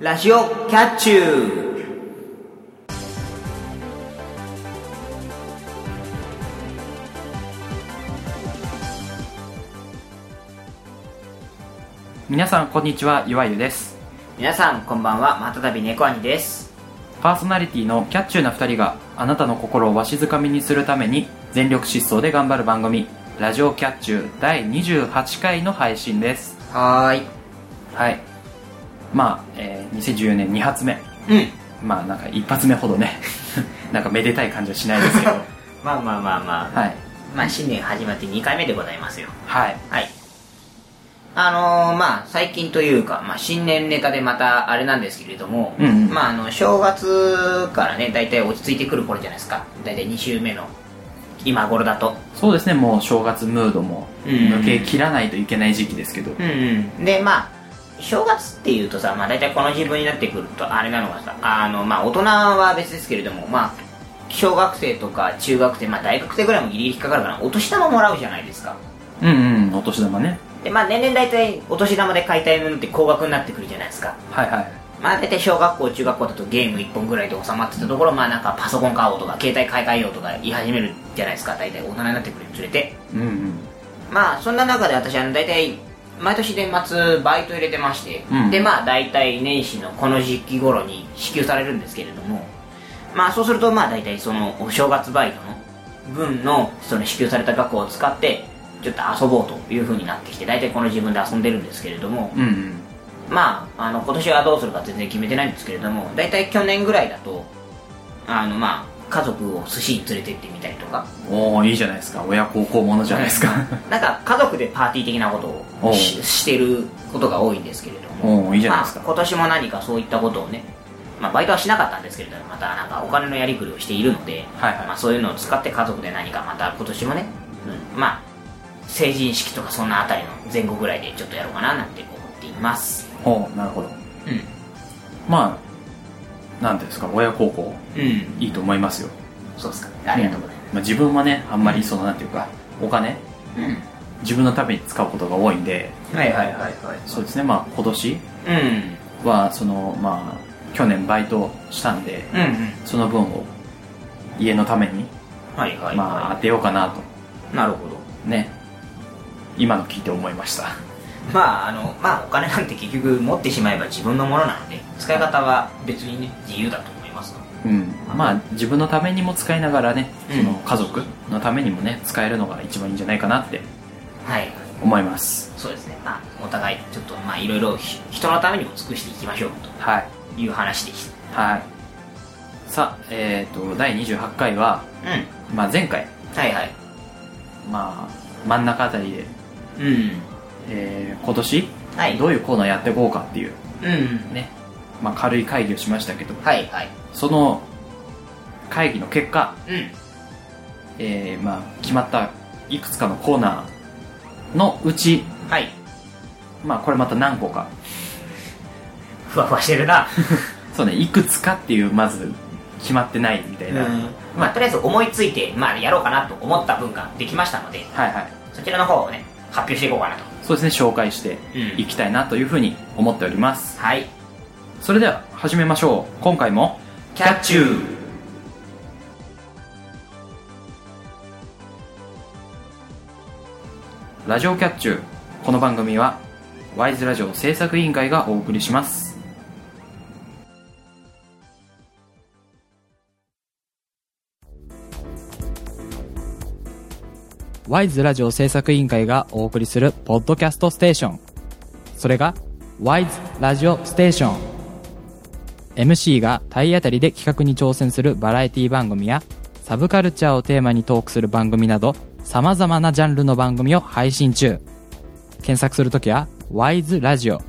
ラジオキャッチュー皆さんこんにちはゆわゆです皆さんこんばんはまたたび猫兄ですパーソナリティのキャッチューな2人があなたの心をわしづかみにするために全力疾走で頑張る番組「ラジオキャッチュー」第28回の配信ですはーいはいまあ、えー2014年2発目うん まあなんか一発目ほどね なんかめでたい感じはしないですけどまあまあまあまあはいまあ新年始まって2回目でございますよはいはいあのー、まあ最近というか、まあ、新年ネタでまたあれなんですけれども、うんうんまああの正月からね大体落ち着いてくる頃じゃないですか大体2週目の今頃だとそうですねもう正月ムードもうん抜け切らないといけない時期ですけど、うんうん、でまあ正月っていうとさ、まあ、大体この時分になってくるとあれなのがさあの、まあ、大人は別ですけれども、まあ、小学生とか中学生、まあ、大学生ぐらいもギリギリ引っかかるからお年玉もらうじゃないですかうんうんお年玉ねで、まあ、年々大体お年玉で買いたいものって高額になってくるじゃないですかはいはいまあ大体小学校中学校だとゲーム1本ぐらいで収まってたところまあなんかパソコン買おうとか携帯買い替えようとか言い始めるじゃないですか大体大人になってくるにつれてうんうんまあそんな中で私あの大体毎年年末バイト入れてまして、うんでまあ大体年始のこの時期頃に支給されるんですけれどもまあそうするとまあ大体そのお正月バイトの分のその支給された額を使ってちょっと遊ぼうという風になってきて大体この自分で遊んでるんですけれども、うんうんまあ、あの今年はどうするか全然決めてないんですけれども大体去年ぐらいだとあのまあ家族を寿司に連れてってみたりとかおおいいじゃないですか親孝行ものじゃないで すかなんか家族でパーティー的なことおをうししてることが多いんですけれどもおおいいじゃないですまあ、か、今年も何かそういったことをね、まあ、バイトはしなかったんですけれどもまたなんかお金のやりくりをしているので、はいはいまあ、そういうのを使って家族で何かまた今年もね、うんまあ成人式とかそんなあたりの前後ぐらいでちょっとやろうかななんて思っていますおおなるほどうまあなんていうんですか親孝行んうんいいと思いますよそうですかありがとうございます、まあ、自分はねあんまりその、なんていうかお金うん、自分のために使うことが多いんではいはいはいはいそうですねまあ今年うんはそのまあ去年バイトしたんでうんうんその分を家のために、はいはいまあ、当てようかなとなるほどね今の聞いて思いましたまああのまあお金なんて結局持ってしまえば自分のものなので使い方は別にね自由だと思いますのでうんまあ自分のためにも使いながらねうんその家族のためにもね使えるのが一番いいんじゃないかなってはい思いますそうですねまあお互いちょっとまあいろいろひ人のためにも尽くしていきましょうはいという話でしはいさあえっ、と第28回は、たうんまあ、前回はいはいまあ真ん中あたりで、うんえー今年はいどういうコーナーやっていこうかっていううんね、まあ、軽い会議をしましたけどはいはいその会議の結果、うんえーまあ、決まったいくつかのコーナーのうち、はいまあ、これまた何個かふわふわしてるなそうねいくつかっていうまず決まってないみたいな、まあとりあえず思いついてまあやろうかなと思った分ができましたのではいはいそちらの方をね発表していこうかなとそうですね紹介していきたいなというふうに思っております、はいそれでは始めましょう今回もキャッチューラジオキャッチューこの番組はワイズラジオ制作委員会がお送りしますワイズラジオ制作委員会がお送りするポッドキャストステーションそれがワイズラジオステーション MC が体当たりで企画に挑戦するバラエティ番組やサブカルチャーをテーマにトークする番組など様々なジャンルの番組を配信中検索するときは WISE ラジオ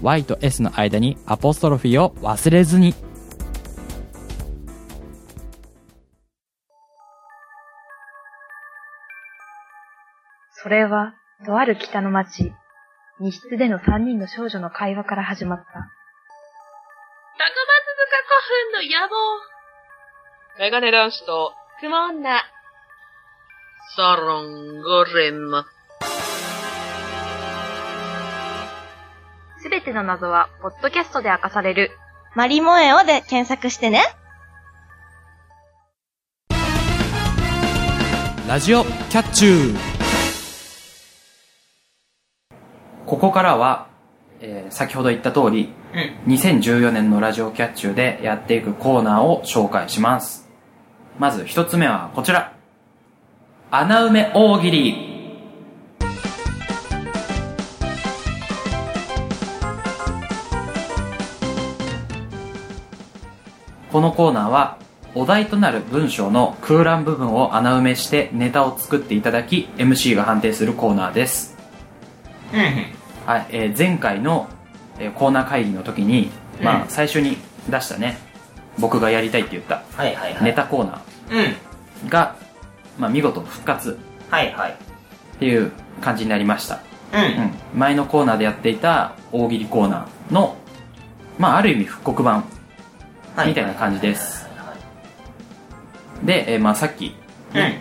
Y と S の間にアポストロフィーを忘れずにそれは、とある北の町、荷室での三人の少女の会話から始まった。高松塚古墳の野望。メガネ男子と、雲女。サロンゴレンナ。すべての謎は、ポッドキャストで明かされる。マリモエオで検索してね。ラジオキャッチューここからは、えー先ほど言った通り、うん。 2014年のラジオキャッチューでやっていくコーナーを紹介します。まず一つ目はこちら。穴埋め大喜利。このコーナーは、お題となる文章の空欄部分を穴埋めしてネタを作っていただき、MC が判定するコーナーです。うんはい、えー前回の、えーコーナー会議の時に、まあ、うん最初に出したね僕がやりたいって言ったうん。はいはいはい。ネタコーナうん。ーが、まあ、見事復活はいはい。っていう感じになりました、う。うんん、前のコーナーでやっていた大喜利コーナーの、まあ、ある意味復刻版はいみたいな感じですで、えーまあ、さっきうん。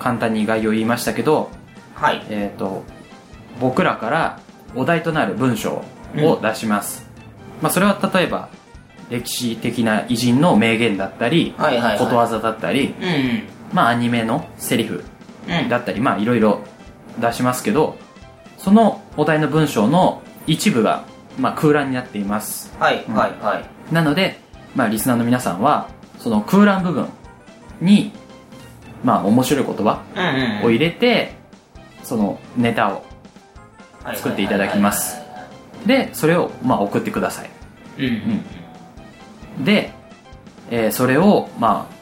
簡単に概要を言いましたけど、はい。えー、と僕らからお題となる文章を出します、まあ、それは例えば歴史的な偉人の名言だったり、はいはいはいことわざだったり、うんうん。まあ、アニメのセリフうん。だったり、まあ、いろいろ出しますけどそのお題の文章の一部が、まあ、空欄になっていますはいうんはいはい。なので、まあ、リスナーの皆さんはその空欄部分に、まあ、面白い言葉うんをうん。入れて、そのネタをはい作っていただきます。でそれをまあ送ってくださいうんうん。で、えーそれをまあ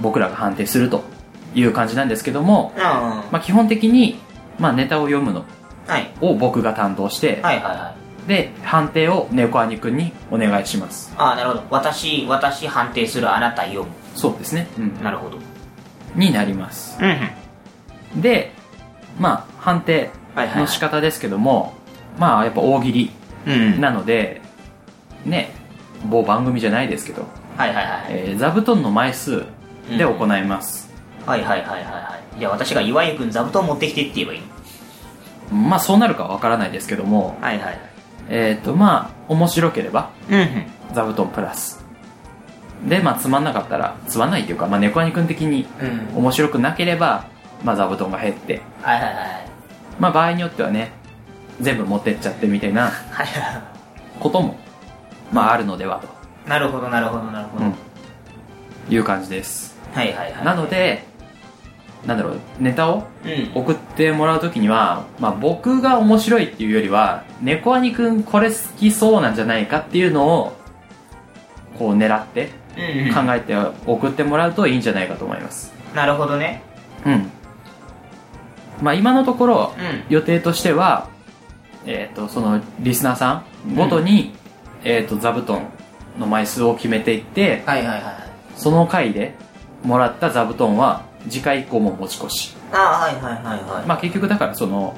僕らが判定するという感じなんですけども、あまあ、基本的に、まあ、ネタを読むのあ。はい。を僕が担当して、はいはいはい。で判定を猫兄くんにお願いしますああ、なるほど。私、私判定するあなた読む。そうですね、うん、なるほど。うんになりますうん。でまあ判定はいはいはいの仕方ですけども、まあやっぱ大喜利うん。なのでね某番組じゃないですけど、はいはいはい。えー座布団の枚数で行います、はいはいはいはいはい。じゃあ私が岩井くん座布団持ってきてって言えばいいのまあそうなるかわからないですけども、はいはいはい。えっ、とまあ面白ければうん座布団プラス。で、まあつまんなかったら、つまんないというか、まあ猫兄くん的にうん。うん。面白くなければ、まあ座布団が減って、はいはいはい。まあ場合によってはね、全部持ってっちゃってみたいなはい はことも、まああるのではと、い。なるほどなるほどなるほうど。ん、いう感じです。はいはいはい。なので、なんだろう、ネタをうん。送ってもらうときには、まあ、僕が面白いっていうよりは猫兄くんこれ好きそうなんじゃないかっていうのをこう狙ってうんうん。考えて送ってもらうといいんじゃないかと思いますなるほどね。うんまあ今のところうん。予定としてはえっ、とそのリスナーさんごとに、えっ、と座布団の枚数を決めていってはいはいはいはい。その回でもらった座布団は次回以降も持ち越しああ、はいはいはいはい。まあ結局だからその、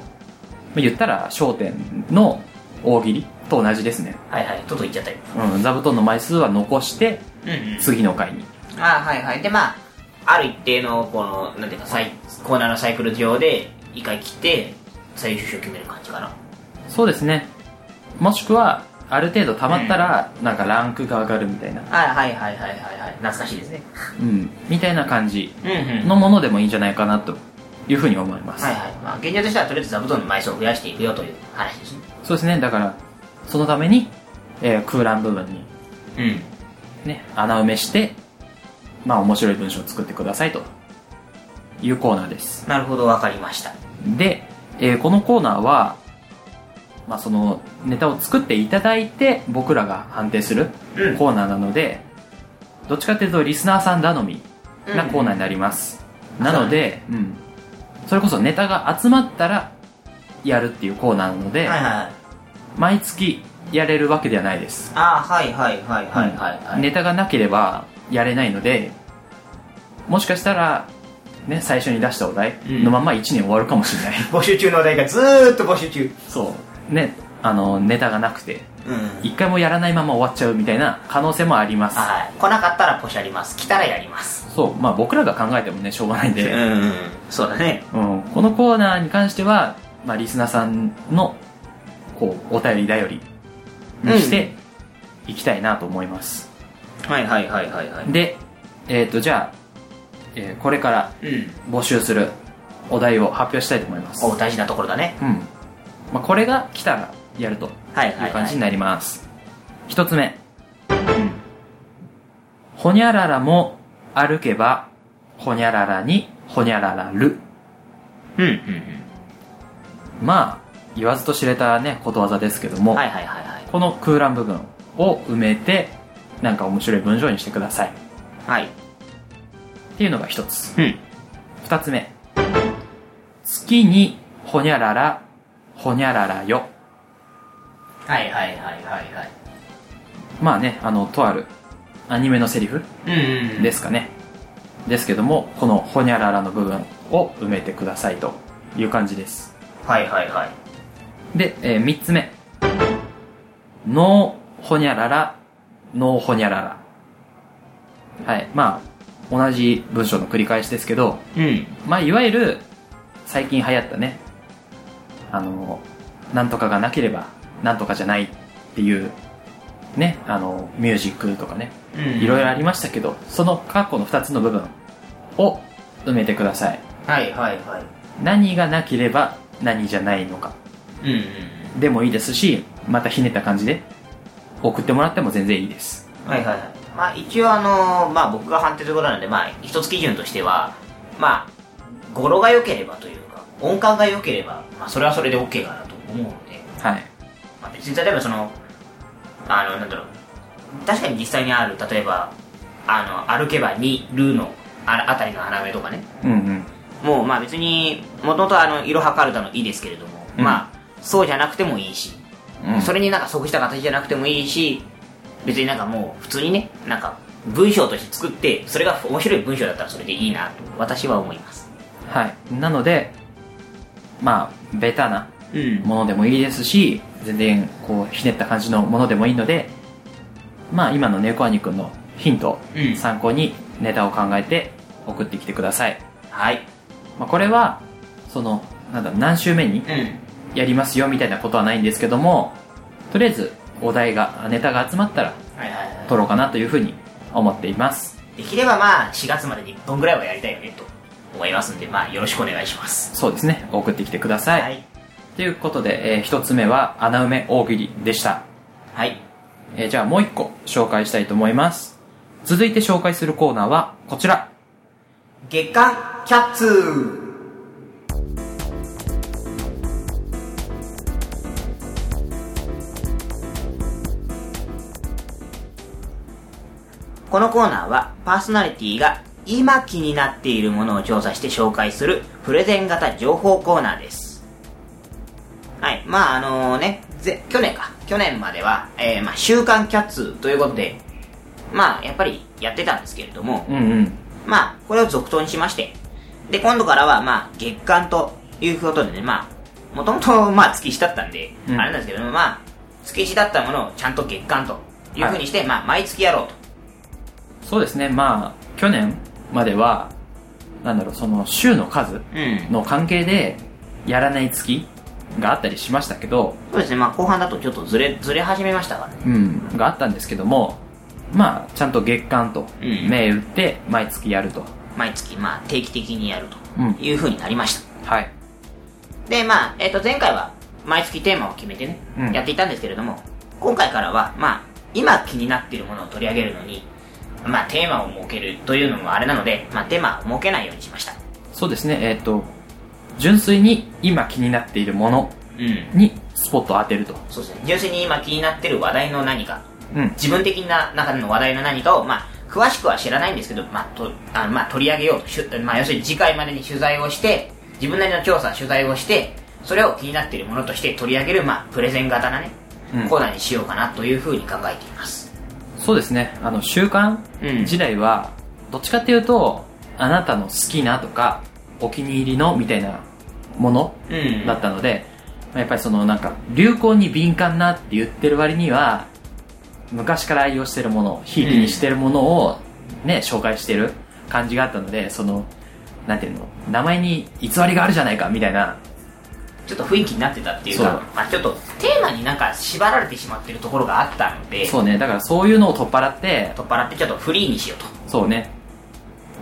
まあ、言ったら『笑点』の大喜利と同じですね、はいはい。とと言っちゃったよ。うん、座布団の枚数は残してうんうん。次の回にああはいはいでまあある一定のこのなんていうかサイコーナーのサイクル上で一回切って最終章決める感じかなそうですねもしくはある程度溜まったらなんかランクが上がるみたいな、あはいはいはいはいはい懐かしいですねうん、みたいな感じうんうんのものでもいいんじゃないかなというふうに思います、はいはい、まあ、現状としてはとりあえず座布団の枚数を増やしていくよという話ですねそうですねだからそのために、えー空欄部分にうんね穴埋めしてまあ面白い文章を作ってくださいというコーナーですなるほどわかりましたで、えーこのコーナーは、まあ、そのネタを作っていただいて僕らが判定するうんコーナーなので、どっちかっていうとリスナーさん頼みなコーナーになります、なので、うん、それこそネタが集まったらやるっていうコーナーなので、はいはいはい毎月やれるわけではないですあはいはいはいはいはいはい、ネタがなければやれないのでもしかしたら、ね、最初に出したお題のまま1年終わるかもしれない、募集中のお題がずーっと募集中そうねあのネタがなくてうん一回もやらないまま終わっちゃうみたいな可能性もありますはい来なかったらポシャります来たらやりますそうまあ僕らが考えてもねしょうがないんうんで、うんそうだねうん、このコーナーに関しては、まあ、リスナーさんのこうお便り頼りにしていきたいなと思います、はいはいはいはいはいで、えっとじゃあ、えーこれからうん募集するお題を発表したいと思いますお大事なところだねうんまあ、これが来たらやるとはいいはうい感はじいになります一つ目、ほにゃららも歩けばほにゃららにほにゃららるうんうんうんまあ言わずと知れたねことわざですけども、はいはいはいはいこの空欄部分を埋めてなんか面白い文章にしてくださいっはいていうのが一つうん二つ目月にほにゃららほにゃららよはいはいはいはいはいまあねあのとあるアニメのセリフうんうんうんですかね、ですけどもこのほにゃららの部分を埋めてくださいという感じですはいはいはいで、え3つ目ノーほにゃららノーほにゃららはいまあ同じ文章の繰り返しですけどうんまあいわゆる最近流行ったねあのなんとかがなければなんとかじゃないっていうねあのミュージックとかねうんいろいろありましたけど、その過去の2つの部分を埋めてください。はいはいはい何がなければ何じゃないのかうんうんでもいいですし、またひねった感じで送ってもらっても全然いいです。はいはいはいまあ一応あのまあ僕が判定ということなんでまあ一つ基準としてはまあ語呂が良ければというか音感が良ければまあそれはそれで OK かなと思うのではい。まあ、別に例えばそのあのなんだろう確かに実際にある例えばあの歩けばにるのああたりの穴目とかねうんうん。もうまあ別にもともとあのいろはかるたの「い」ですけれども、うんまあそうじゃなくてもいいし、うん、それになんか即した形じゃなくてもいいし別になんかもう普通にねなんか文章として作ってそれが面白い文章だったらそれでいいなと私は思いますはい。なので、まあ、ベタなうんものでもいいですし、全然こう、ひねった感じのものでもいいので、まあ、今の猫兄くんのヒントうをん参考にネタを考えて送ってきてください。はいまあ、これはそのなんだろう何週目うにんやりますよみたいなことはないんですけどもとりあえずお題がネタが集まったらはいはいはい撮ろうかなというふうに思っていますできればまあ4月までに1本ぐらいはやりたいよねと思いますんでまあよろしくお願いしますそうですね送ってきてください、はいということで、え1つ目は穴埋め大喜利でした、はいえーじゃあもう1個紹介したいと思います続いて紹介するコーナーはこちら月刊キャッツこのコーナーはパーソナリティが今気になっているものを調査して紹介するプレゼン型情報コーナーですはいまああのねぜ去年か去年までは、えーまあ、週刊キャッツということでまあやっぱりやってたんですけれども、うんうんまあ、これを続投にしまして、で、今度からは、まあ、月間ということでね、まあ、もともと、 まあ、月1だったんで、うんあれなんですけども、まあ、月1だったものをちゃんと月間というふうにして、まあ、毎月やろうと。そうですねまあ去年まではなんだろうその週の数うん。の関係でやらない月があったりしましたけど、そうですね、まあ、後半だとちょっとずれ、ずれ始めましたからね。うん、があったんですけども、まあ、ちゃんと月間とうん銘打って毎月やると。毎月、まあ、定期的にやるうんというふうになりました。はい。で、まあ、えっ、と、前回は、毎月テーマを決めてね、うんやっていたんですけれども、今回からは、まあ、今気になっているものを取り上げるのに、まあ、テーマを設けるというのもあれなので、まあ、テーマを設けないようにしました。そうですね、えっ、と、純粋に今気になっているものうん。にスポットを当てると。そうですね。純粋に今気になっている話題の何か、うん。自分的な中での話題の何かを、まあ、詳しくは知らないんですけど、まあ、とあまあ、取り上げようとしゅ、まあ、要するに次回までに取材をして、自分なりの調査、取材をして、それを気になっているものとして取り上げる、まあ、プレゼン型なね、うんコーナーにしようかなというふうに考えています。そうですね、あの、習慣うん時代は、どっちかっていうと、あなたの好きなとか、お気に入りのみたいなものうんだったので、まあやっぱりそのなんか流行に敏感なって言ってる割には昔から愛用してるものひいきにしてるものをね、紹介してる感じがあったのでそのなんていうの名前に偽りがあるじゃないかみたいなちょっと雰囲気になってたっていうかそうまあ、ちょっとテーマになんか縛られてしまってるところがあったのでそうね、だからそういうのを取っ払って、取っ払ってちょっとフリーにしようとそうね。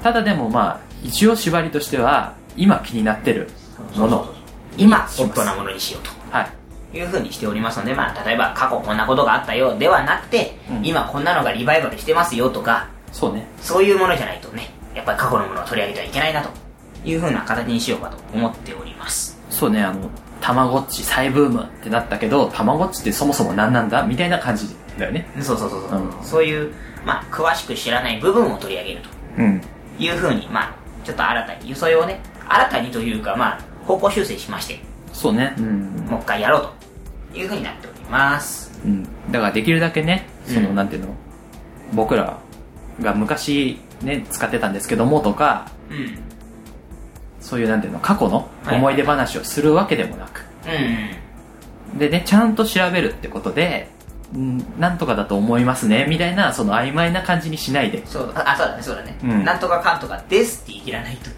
ただでもまあ、一応縛りとしては、今気になってるもの。今ホットなものにしようとはい。いうふうにしておりますので、まあ、例えば過去こんなことがあったよではなくて、うん今こんなのがリバイバルしてますよとかそうね。そういうものじゃないとねやっぱり過去のものを取り上げてはいけないなというふうな形にしようかと思っておりますそうね、あの、たまごっち再ブームってなったけど、たまごっちってそもそも何なんだみたいな感じだよね。そうそうそうそう、うんそういう、まあ、詳しく知らない部分を取り上げるとうん。いうふうに、まあ、ちょっと新たに輸送をね新たにというか、まあ、方向修正しましてそうね。うん。もう一回やろうというふうになっておりますうん、だからできるだけね、その、うんなんていうの、僕らが昔ね、使ってたんですけどもとか、うんうんそういうなんていうの、過去のはい思い出話をするわけでもなく、でね、ちゃんと調べるってことで、うん、なんとかだと思いますね、みたいな、その曖昧な感じにしないで。そうだあそうだねそうだね、うんなんとかかんとかですって言い切らないと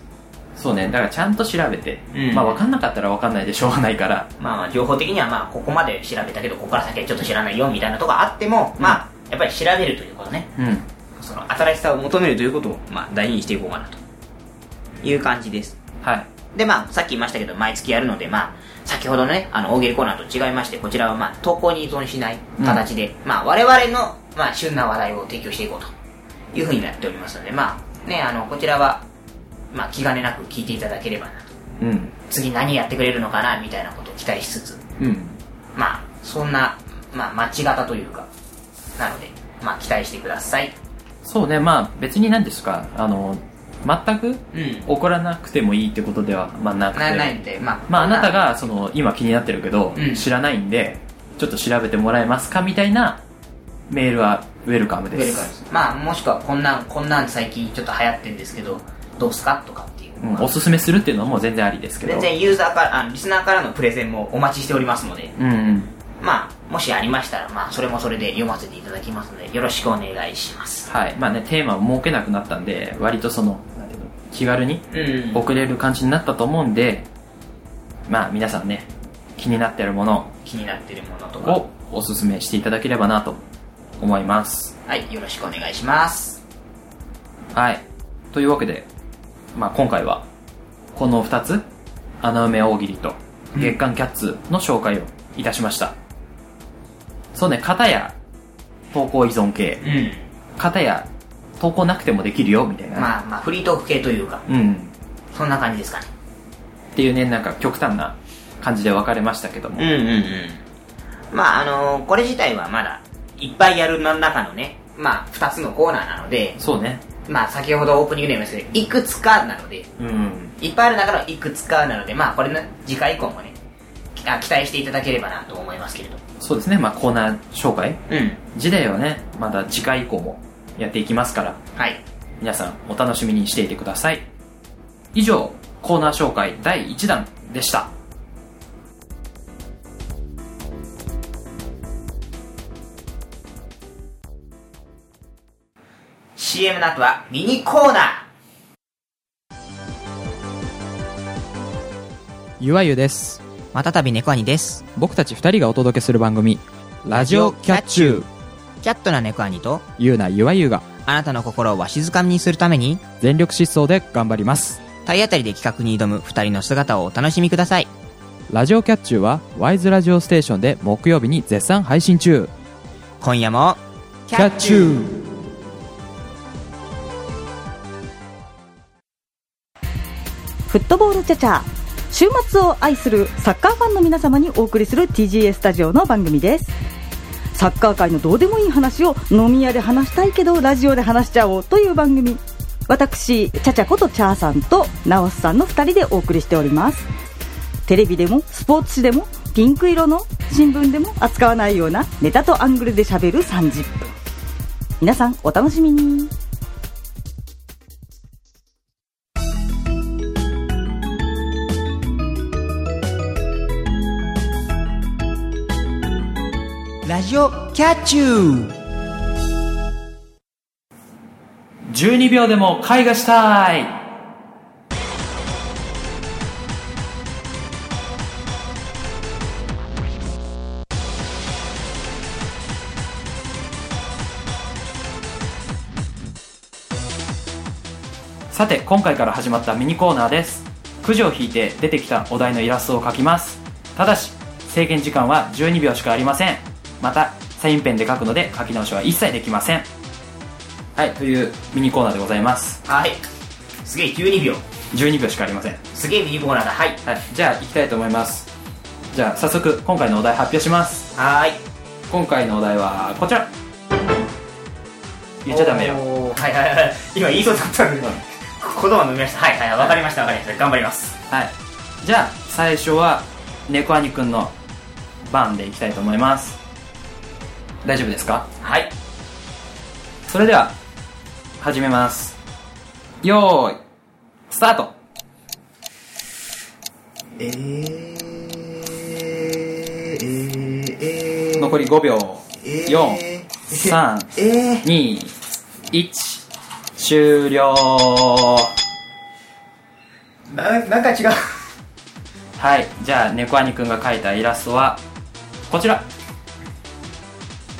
そうね、だからちゃんと調べて、うんまあ分かんなかったら分かんないでしょうがないから、まあまあ情報的にはまあここまで調べたけどここから先はちょっと知らないよみたいなとこがあっても、うんまあやっぱり調べるということねうん。その新しさを求めるということをまあ大事にしていこうかなという感じですはい。でまあさっき言いましたけど毎月やるのでまあ先ほどのねあの大喜利コーナーと違いましてこちらはまあ投稿に依存しない形で、まあ我々のまあ旬な話題を提供していこうというふうになっておりますのでまあねあのこちらはまあ気兼ねなく聞いていただければなとうん。次何やってくれるのかなみたいなことを期待しつつうん。まあそんな、まあ、待ち方というかなので、まあ、期待してくださいそうね、まあ別に何ですか、あの、全くうん怒らなくてもいいってことでは、まあなくて。なないんでまあまあ、あなたがその今気になってるけど、うん知らないんでちょっと調べてもらえますかみたいなメールはウェルカムウでェすルカムですまあもしくはこんなんこんなん最近ちょっと流行ってるんですけどどうすかとかっていう、うんおすすめするっていうのはもう全然ありですけど全然ユーザーからあのリスナーからのプレゼンもお待ちしておりますのでうんうんまあもしありましたらまあそれもそれで読ませていただきますのでよろしくお願いしますはいまあねテーマを設けなくなったんで割とそのなんていうの気軽にうん送れる感じになったと思うんでまあ皆さんね気になってるもの気になってるものとかをおすすめしていただければなと思いますはいよろしくお願いしますはいというわけで、まあ、今回はこの2つ穴埋め大喜利と月刊キャッツの紹介をいたしました、そうね片や投稿依存系うん片や投稿なくてもできるよみたいな、まあまあフリートーク系というかうんそんな感じですかねっていうねなんか極端な感じで分かれましたけども、うんうんうんまああのこれ自体はまだいっぱいやる中のねまあ2つのコーナーなのでそうねまあ先ほどオープニングでも言いましたけどいくつかなのでうんいっぱいある中のいくつかなのでまあこれね次回以降もねきあ期待していただければなと思いますけれどそうですねまあコーナー紹介うん時代はねまだ次回以降もやっていきますからはい皆さんお楽しみにしていてください以上コーナー紹介第1弾でした CM の後はミニコーナゆわゆです。ーまたたび猫アニです僕たち二人がお届けする番組、ラジオキャッチュー。キャットな猫アニとゆうなゆわゆがあなたの心をわしづかみにするために全力疾走で頑張ります。体当たりで企画に挑む2人の姿をお楽しみくださいラジオキャッチューは、ワイズラジオステーションで木曜日に絶賛配信中。今夜もキューフットボールチャチャ週末を愛するサッカーファンの皆様にお送りする TGA スタジオの番組ですサッカー界のどうでもいい話を飲み屋で話したいけどラジオで話しちゃおうという番組私チャチャことチャーさんとナオスさんの2人でお送りしておりますテレビでもスポーツ紙でもピンク色の新聞でも扱わないようなネタとアングルで喋る30分皆さんお楽しみにラジオキャッチュー12秒でも絵画したいさて今回から始まったミニコーナーですくじを引いて出てきたお題のイラストを描きますただし制限時間は12秒しかありませんまたサインペンで描くので書き直しは一切できませんはいというミニコーナーでございますはいすげえ12秒12秒しかありませんすげえミニコーナーだはいはいじゃあ行きたいと思いますじゃあ早速今回のお題発表しますはーい今回のお題はこちら言っちゃダメよおーはいはいはい今言いそうだったんで言葉飲みましたはいはいわかりましたわかりました頑張りますはいじゃあ最初は猫兄くんの番でいきたいと思います大丈夫ですかはいそれでは始めますよーいスタートえーえーえ残り5秒えー431えー終了ななんか違うはいじゃあ猫兄くんが描いたイラストはこちら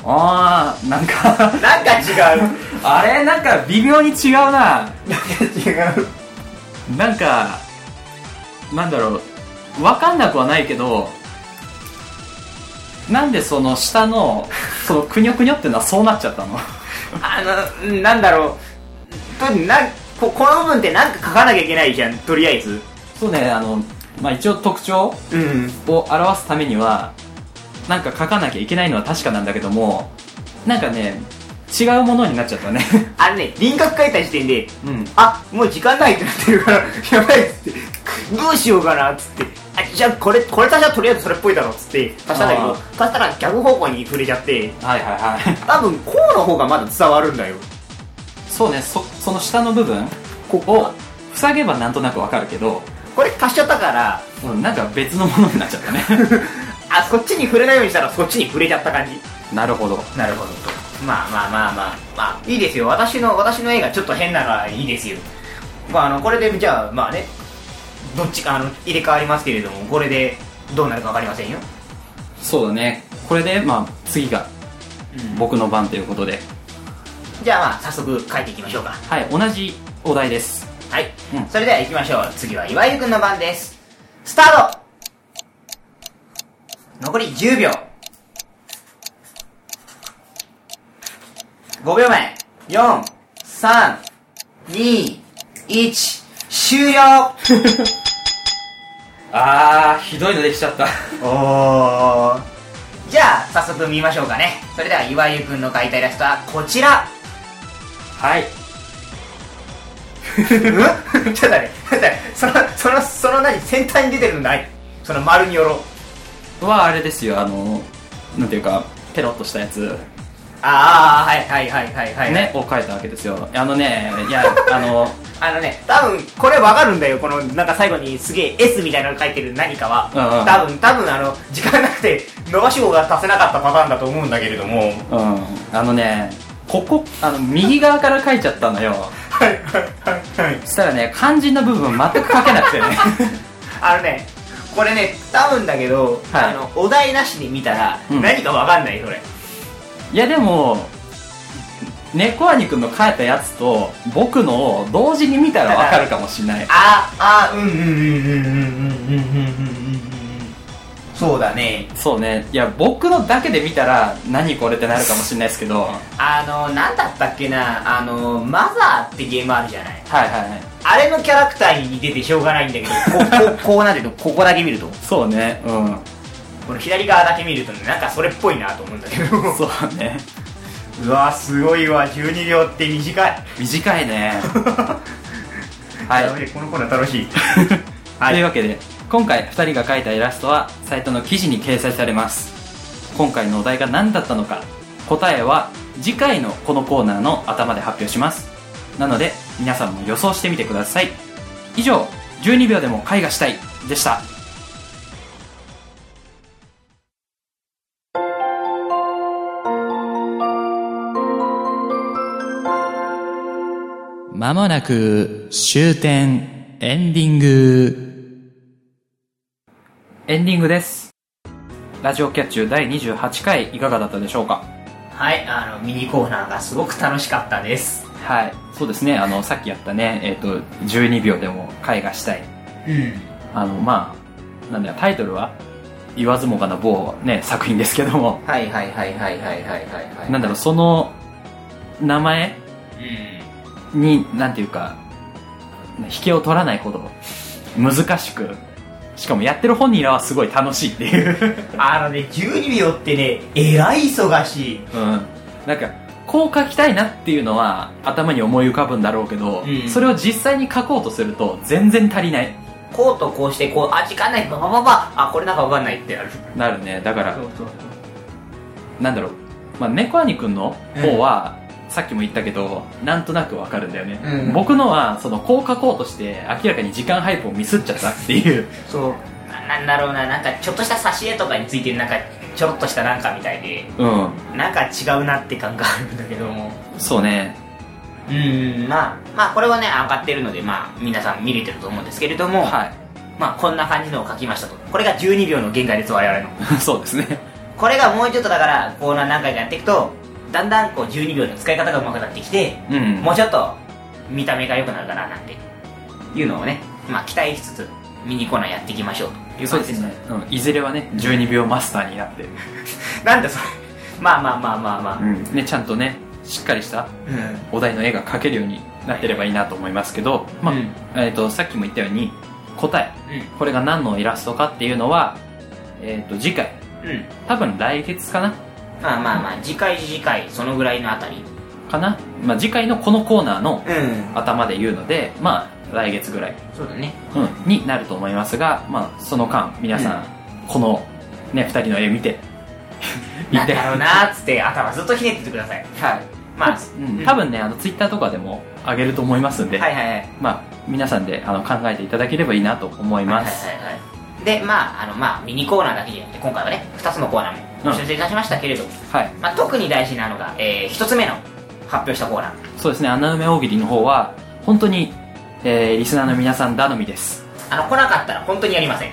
あーなんか なんか違うあれなんか微妙に違うななんか違うなんかなんだろうわかんなくはないけどなんでその下 のそのくにょくにょってのはそうなっちゃったのあのうんなんだろうとなここの部分ってなんか書かなきゃいけないじゃんとりあえずそうねあの、まあ、一応特徴うんを表すためにはなんか書かなきゃいけないのは確かなんだけどもなんかね違うものになっちゃったねあのね輪郭書いた時点でうんあもう時間ないってなってるから やばいっつってどうしようかなっつってあじゃあこれこれ足したらとりあえずそれっぽいだろっつって足したんだけどあー足したら逆方向に触れちゃってはいはいはい多分こうの方がまだ伝わるんだよそうねそその下の部分こを塞げばなんとなくわかるけど、これ足しちゃったから うん、なんか別のものになっちゃったねあそっちに触れないようにしたらそっちに触れちゃった感じ なるほどなるほどまあまあまあまあまあいいですよ私の私の絵がちょっと変なのはいいですよ、まあ、あのこれでじゃあまあねどっちかあの入れ替わりますけれどもこれでどうなるか分かりませんよ、そうだねこれでまあ次が僕の番ということでじゃあまあ早速書いていきましょうかはい同じお題ですはい、うんそれでは行きましょう次は岩井ゆくんの番ですスタート残り10秒5秒前4321終了あーひどいのできちゃったおーじゃあ早速見ましょうかねそれでは岩井ゆくんの描いたイラストはこちらはいうんちょっと待ってちょっと待ってそのそのその何先端に出てるんだいその丸によろはあれですよあのなんていうかペロッとしたやつ、ああはいはいはいはいはいねを書いたわけですよあのねいやあ のあのね多分これわかるんだよこのなんか最後にすげえ S みたいなの書いてる何かは、うんうん多分多分あの時間なくて伸ばし棒が足せなかったパターンだと思うんだけれども うんあのねここあの右側から書いちゃったのよはいはいはいはいそしたらね肝心な部分全く書けなくて ねあのねこれね多分だけど、はいあのお題なしで見たらうん何かわかんないそれ、いやでも猫兄くんの書いたやつと僕のを同時に見たらわかるかもしれないああうんうんうんうんうんうんうんうんうんうんうんそうだねそうねいや僕のだけで見たら何これってなるかもしれないですけどはいあのなんだったっけなあのマザーってゲームあるじゃないはいはいあれのキャラクターに似ててしょうがないんだけど、 こう、こう、こうなってると、ここだけ見ると、そうねうんこの左側だけ見るとね、なんかそれっぽいなと思うんだけど。そうね うわ、すごいわ、12秒って短 い。短いねは やべ いえこのコーナー楽しい。はというい。わけで今回2人が描いたイラストはサイトの記事に掲載されます今回のお題が何だったのか答えは次回のこのコーナーの頭で発表しますなので皆さんも予想してみてください以上12秒でも絵画したいでしたまもなく終点エンディング。エンディングですラジオキャッチュ第28回いかがだったでしょうかはい、あの、ミニコーナーがすごく楽しかったです。はい、そうですねあのさっきやったね、えっと12秒でも絵画したいうんあのまあなんだよタイトルは言わずもがな某、ね、作品ですけどもはいはいはいはいはいはいはいはいなんだろうその名前うになんていうか引けを取らないほど難しくしかもやってる本人らはすごい楽しいっていう、んあのね12秒ってねえらい忙しいうん、なんかこう書きたいなっていうのは頭に思い浮かぶんだろうけど、うんそれを実際に書こうとすると全然足りないこうとこうしてこうあ時間ないババババあこれなんかわかんないってなるなるねだからうそうなんだろう、まあ、猫兄くんの方は、さっきも言ったけどなんとなくわかるんだよね、うん僕のはそのこう書こうとして明らかに時間配分をミスっちゃったっていうそうななんだろうななんかちょっとした挿絵とかについてるなんかちょろっとしたなんかみたいで うんなんか違うなって感があるんだけどもそうねうんまあまあこれはね上がってるのでまあ皆さん見れてると思うんですけれども、はまあこんな感じのを書きましたとこれが12秒の限界です我々のい そうですねこれがもうちょっとだからコーナー何回かやっていくとだんだんこう12秒の使い方が上手くなってきてうんもうちょっと見た目が良くなるかななんていうのをねまあ期待しつつミニコーナーやっていきましょうというそ感うじでですすねね、うん、いずれはね12秒マスターになって、なんでそれまあまあまあまあまあ、ね、ちゃんとねしっかりしうたんお題の絵が描けるようになってればいいなと思いますけど、まあうんえー、とさっきも言ったように答えうこれが何のイラストかっていうのは、えー、と次回んうん多分来月かなまあまあまあ次回次回そのぐらいのあたりかな、まあ、次回のこのコーナーのうん頭で言うのでまあ来月ぐらい、そうだねうん、になると思いますが、まあ、その間皆さん、この、ね、2人の絵見 て 見なんてだろうなーっつって頭ずっとひねっててくださいはいまあ、うんうん多分ねあのツイッターとかでも上げると思いますんで、はいはいはいまあ、皆さんであの考えていただければいいなと思います、はいはいはいはい、でまああの、まあ、ミニコーナーだけじゃなくて今回はね2つのコーナーもお知らせいたしましたけれど、はいまあ、特に大事なのが、え1つ目の発表したコーナーそうですね穴埋め大喜利の方は本当に、えーリスナーの皆さん頼みです、あの来なかったら本当にやりません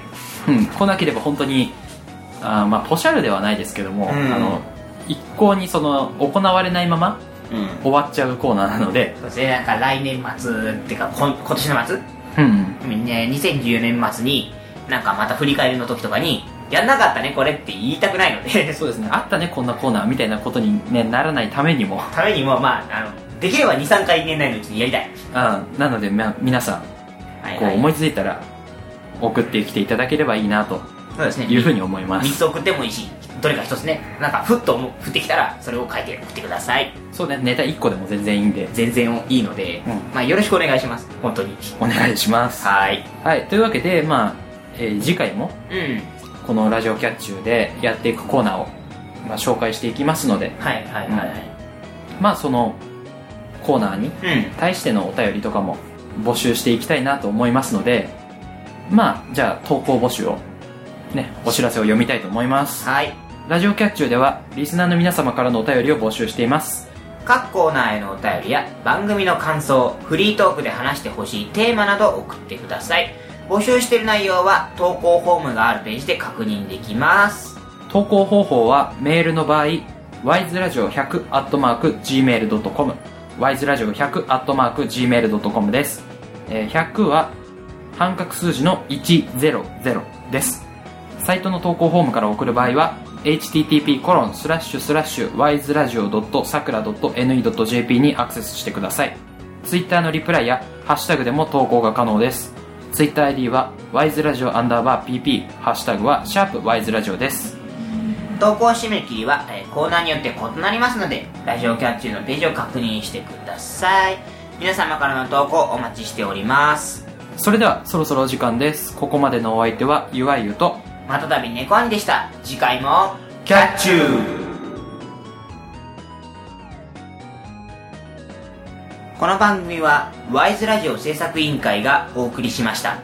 うん、来なければ本当にあーまあポシャルではないですけどうも、んあの一向にその行われないままうん終わっちゃうコーナーなので、そしてなんか来年末っていうかこん今年の末、うん、ね、2014年末になんかまた振り返りの時とかにやんなかったねこれって言いたくないのでそうですねあったねこんなコーナーみたいなことに、ね、ならないためにも、ためにもまああのできれば23回年内のうちにやりたい、うん、なので、まあ、皆さんはいこうはい思いついたら送ってきていただければいいなとそうですねいうふうに思いま3すつ送ってもいいしどれか1つねなんかふっと思う降ってきたらそれを書いて送ってくださいそうねネタ1個でも全然いいんで全然いいので、うんまあよろしくお願いします本当にお願いしますははいい、というわけでまあ、えー次回もうんこの「ラジオキャッチュー」でやっていくコーナーを、まあ、紹介していきますのではいはいはいはいまあそのコーナーにうん対してのお便りとかも募集していきたいなと思いますのでまあじゃあ投稿募集をねお知らせを読みたいと思いますはいラジオキャッチューではリスナーの皆様からのお便りを募集しています各コーナーへのお便りや番組の感想フリートークで話してほしいテーマなど送ってください募集している内容は投稿フォームがあるページで確認できます投稿方法はメールの場合 wiseradio100-gmail.com wiseradio100-gmail.com です、えー100は半角数字の100ですサイトの投稿フォームから送る場合は http コロンスラッシュスラッシュ wiseradio.sakura.ne.jp にアクセスしてくださいツイッターのリプライやハッシュタグでも投稿が可能ですツイッター ID は wiseradio アンダーバー pp ハッシュタグはシャープ wiseradio です投稿締め切りは、えーコーナーによって異なりますのでラジオキャッチューのページを確認してください皆様からの投稿お待ちしておりますそれではそろそろお時間ですここまでのお相手はゆわゆとまたたび猫兄でした次回もキャッチューこの番組はワイズラジオ制作委員会がお送りしました